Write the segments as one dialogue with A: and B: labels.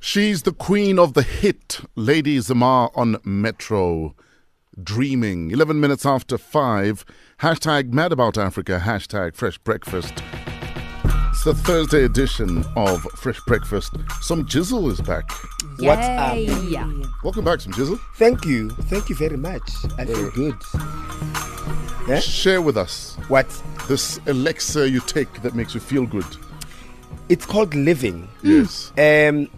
A: She's the queen of the hit, Lady Zamar on Metro. Dreaming. 11 minutes after 5. Hashtag mad about Africa. Hashtag fresh breakfast. It's the Thursday edition of Fresh Breakfast. Some Jizzle is back.
B: What's up?
C: Yeah.
A: Welcome back, Some Jizzle.
B: Thank you. Thank you very much. I feel good. Eh?
A: Share with us
B: What?
A: this elixir you take that makes you feel good.
B: It's called living.
A: Yes.
B: Um,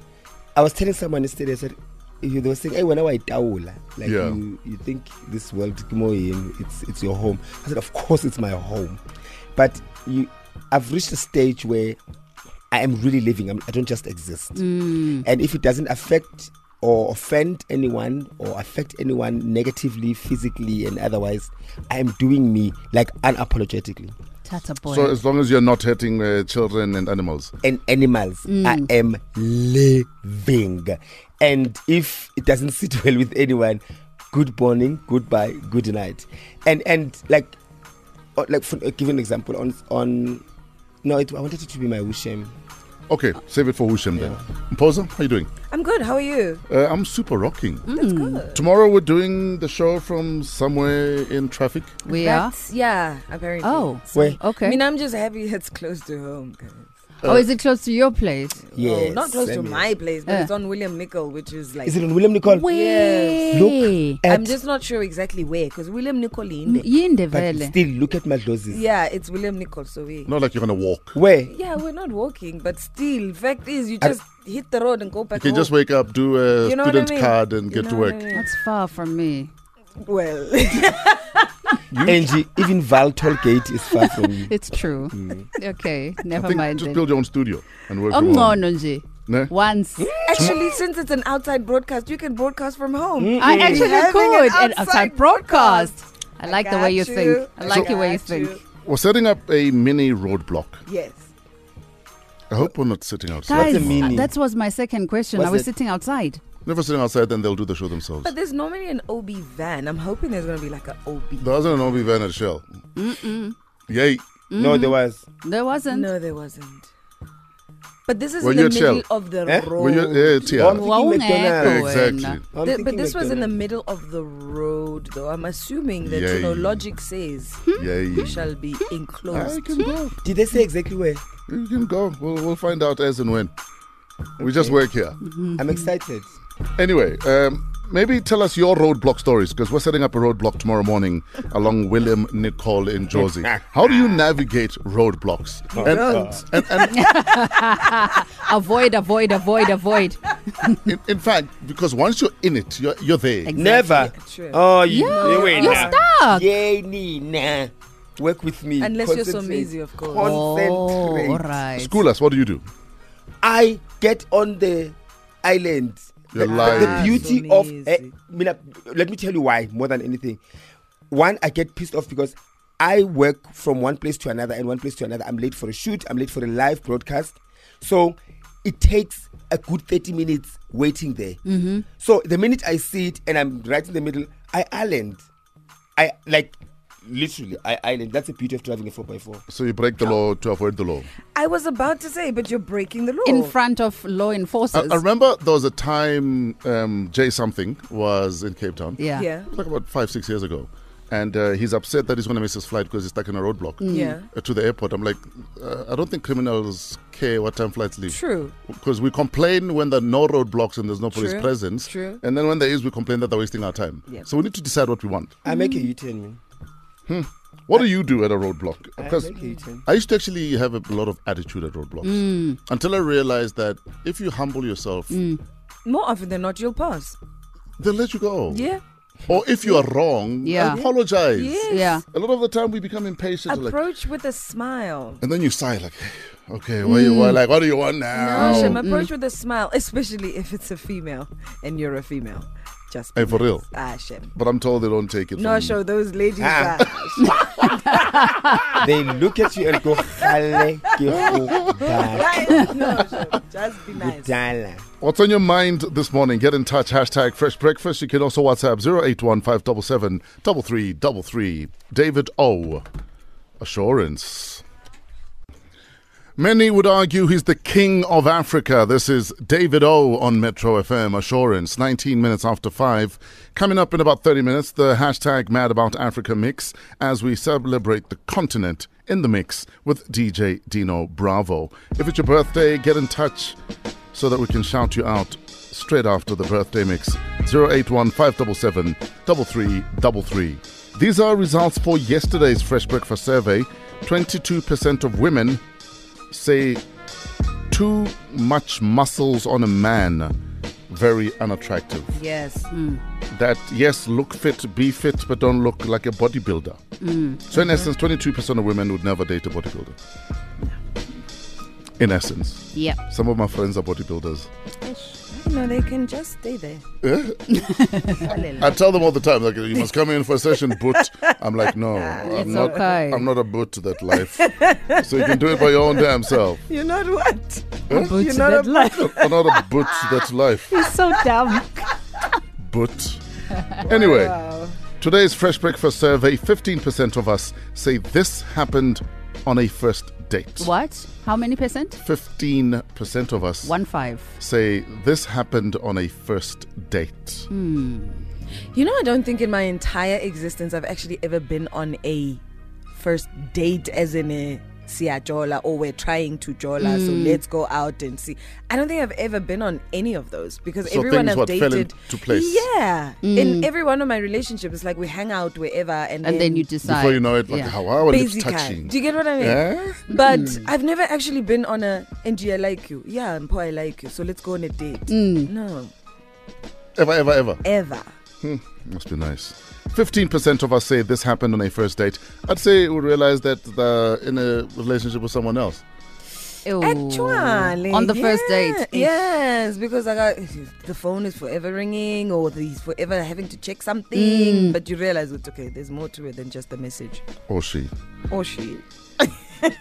B: I was telling someone yesterday, I said, you- they were saying, hey, whenever I tawula, like
A: Yeah.
B: you, you think this world, Kimoyin, it's, it's your home. I said, of course it's my home. But you, I've reached a stage where I am really living. I'm, I don't just exist. And if it doesn't affect or offend anyone or affect anyone negatively, physically, and otherwise, I am doing me like unapologetically.
C: Tata boy.
A: So as long as you're not hurting uh, children and animals.
B: and animals.
D: Mm.
B: I am living. And if it doesn't sit well with anyone, good morning, goodbye, good night. And and like uh, like for, uh, give an example on on no, it, I wanted it to be my um, Wushem.
A: Okay, save it for Hushim then. Mposa, how you doing?
D: I'm good. How are you?
A: Uh, I'm super rocking.
D: Mm. That's good.
A: Tomorrow we're doing the show from somewhere in traffic.
C: we are.
D: That's, yeah, apparently.
C: Oh,
B: Where?
C: okay.
D: I mean, I'm just happy it's close to home, guys.
C: oh, is it close to your place?
B: Yes,
D: Oh, not close to
B: Samuel.
D: my place, but
C: Uh.
D: it's on William Nicol, which is like.
B: Is it on William Nicole?
C: Way.
B: Look at
D: I'm just not sure exactly where, because William Nicol in
C: M- Yinde
B: but
C: vele.
B: still look at my doses.
D: Yeah, it's William Nicol, so we.
A: Not like you're gonna walk.
B: Where?
D: Yeah, we're not walking, but still, fact is, you
B: I-
D: just hit the road and go
A: You
D: back
A: can
D: home.
A: just wake up, do a
D: You know what I
A: student
D: mean?
A: card, and
D: You
A: get to
D: know what
A: work.
D: I mean?
C: That's far from me.
D: Well,
B: Angie, even Val Tollgate is far from you.
C: It's true. Okay, never
A: I think
C: mind
A: just
C: then.
A: build your own studio and work from home.
C: Omngcono nje.
A: Ne?
C: Once.
D: actually, since it's an outside broadcast, you can broadcast from home.
C: I actually
D: Having an
C: could. and
D: outside
C: outside broadcast. I like the
D: got
C: way you, think. I
D: I
C: like the way you
D: got
C: think.
D: you.
A: We're setting up a mini roadblock.
D: Yes.
A: I hope we're not sitting outside.
C: Guys,
B: What's the meaning?
C: that was my second question.
B: What's
C: I was
B: that?
C: sitting outside.
A: Never sitting outside, then they'll do the show themselves.
D: But there's normally an OB van. I'm hoping there's going to be like an OB.
A: There wasn't an OB van at Shell. Yay.
B: No,
D: Mm-hmm.
B: there was.
C: There wasn't.
D: No, there wasn't. But this is
A: Were
D: in
A: you
D: the
A: at Shell?
D: middle of the
B: Eh?
D: road.
A: Were you, yeah,
B: I'm
A: Tiara.
C: Well,
B: thinking
C: Wawungekho
B: McDonald's.
C: wena.
A: Exactly.
B: I'm
D: The- but
B: thinking
D: this was in the
B: McDonald's.
D: middle of the road, though. I'm assuming that you know
A: Yay.
D: logic says
A: Yay.
D: we shall be
A: I
D: enclosed.
A: can go.
B: Did they say exactly where?
A: You can go. We'll, we'll find out as and when. We just work here.
D: Mm-hmm.
B: I'm excited.
A: Anyway, um, maybe tell us your roadblock stories because we're setting up a roadblock tomorrow morning along William Nicole in Jersey. How do you navigate roadblocks? And,
B: don't.
A: and, and,
C: Avoid, avoid, avoid, avoid.
A: in, in fact, because once you're in it, you're, you're there.
C: Exactly.
B: Never.
D: True.
B: Oh, you,
C: Yeah,
B: you win.
C: you're
B: now.
C: stuck.
B: Yay, Nina. Work with me.
D: Unless you're so
B: Concentrate.
D: busy, of course.
B: Concentrate.
C: Oh, all right.
A: School us. What do you do?
B: I get on the island.
A: You're
B: the,
A: lying.
B: the beauty
D: so
B: of. eh,
D: lazy.
B: Mina, let me tell you why, more than anything. One, I get pissed off because I work from one place to another and one place to another. I'm late for a shoot, I'm late for a live broadcast. So it takes a good 30 minutes waiting there.
D: Mm-hmm.
B: So the minute I see it and I'm right in the middle, I island. I like literally I island. That's the beauty of driving a four x four.
A: So you break the law to avoid the law.
D: I was about to say, but you're breaking the law.
C: In front of law
A: I,
C: enforcers.
A: Uh, I remember there was Oh. a time um, Jay something was in Cape Town.
C: yeah.
D: yeah.
A: Like about five, six years ago. And uh, he's upset that he's going to miss his flight because he's stuck in a roadblock
D: Mm. Yeah.
A: uh, to the airport. I'm like, uh, I don't think criminals care what time flights leave.
D: True.
A: Because we complain when there are no roadblocks and there's no police
D: True,
A: presence.
D: true.
A: And then when there is, we complain that they're wasting our time.
D: Yeah.
A: So we need to decide what we want.
B: I make a
D: Mm-hmm.
B: U turn, man.
A: What do you do at a roadblock?
B: I
A: Because
B: make a U turn.
A: I used to actually have a lot of attitude at roadblocks
D: Mm.
A: until I realized that if you humble yourself,
D: More often than not, you'll pass.
A: they'll let you go.
D: Yeah.
A: Or if you are wrong,
C: Yeah.
A: apologize.
D: Yes.
C: Yeah.
A: A lot of the time we become impatient. like,
D: Approach with a smile.
A: And then you sigh like, okay, what you want? Like, what do you want now?
D: Hashem,
C: Mm.
D: approach with a smile, especially if it's a female and you're a female. Just
A: Hey, for real.
D: Hashem.
A: But I'm told they don't take it.
D: No,
A: from-
D: show those ladies
B: Ah.
D: are.
B: they look at you and go, Fale ke go back,
D: no, show. Just be nice.
B: Dala."
A: What's on your mind this morning? Get in touch. Hashtag Fresh Breakfast. You can also WhatsApp 0815773333. David O. Assurance. Many would argue he's the king of Africa. This is David O on Metro FM Assurance, 19 minutes after 5. Coming up in about 30 minutes, the hashtag Mad About Africa mix as we celebrate the continent in the mix with DJ Dino Bravo. If it's your birthday, get in touch so that we can shout you out straight after the birthday mix 081 577 3333. These are results for yesterday's Fresh Breakfast survey. 22% of women say too much muscles on a man very unattractive
D: Yes.
A: that yes look fit be fit but don't look like a bodybuilder so in essence 22% of women would never date a bodybuilder in essence
C: Yeah.
A: some of my friends are bodybuilders
D: No, they can just stay there.
A: i tell them all the time like you must come in for a session but i'm like no i'm not
C: okay.
A: i'm not a boot to that life so you can do it by your own damn self
D: You're not what?
C: Boots
D: You're not
C: that
D: a
C: life.
A: i'm not a boot to that life
C: It's so dumb.
A: but anyway, today's Fresh Breakfast survey 15% of us say this happened on a first date.
C: What? How many percent?
A: 15% of us
C: One five.
A: say this happened on a first date.
D: You know, I don't think in my entire existence I've actually ever been on a first date as in a siya jola or we're trying to jola, so let's go out and see. I don't think I've ever been on any of those because
A: So
D: everyone
A: things
D: I've
A: what fell
D: dated
A: into place.
D: Yeah. In every one of my relationships, it's like we hang out wherever Mm. and,
C: And then you decide.
A: Before you know it, like
C: Yeah.
A: how our lips
D: Basically.
A: touching.
D: Do you get what I mean?
A: Eh?
D: But
C: Hmm.
D: I've never actually been on a NG I like you. Yeah, and Paul I like you. So let's go on a date.
C: Hmm.
D: No.
A: Ever, ever, ever. Hmm,
D: Ever.
A: Must be nice. 15% of us say this happened on a first date. I'd say we realize that the, in a relationship with someone else.
C: Ew.
D: Actually,
C: On the first
D: yeah,
C: date.
D: Yes, because I got the phone is forever ringing, or he's forever having to check something.
C: Hmm.
D: But you realize it's okay. There's more to it than just the message.
A: Or she.
D: Or she.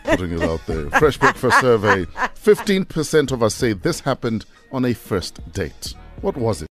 A: putting it out there. Fresh breakfast survey. 15% of us say this happened on a first date. What was it?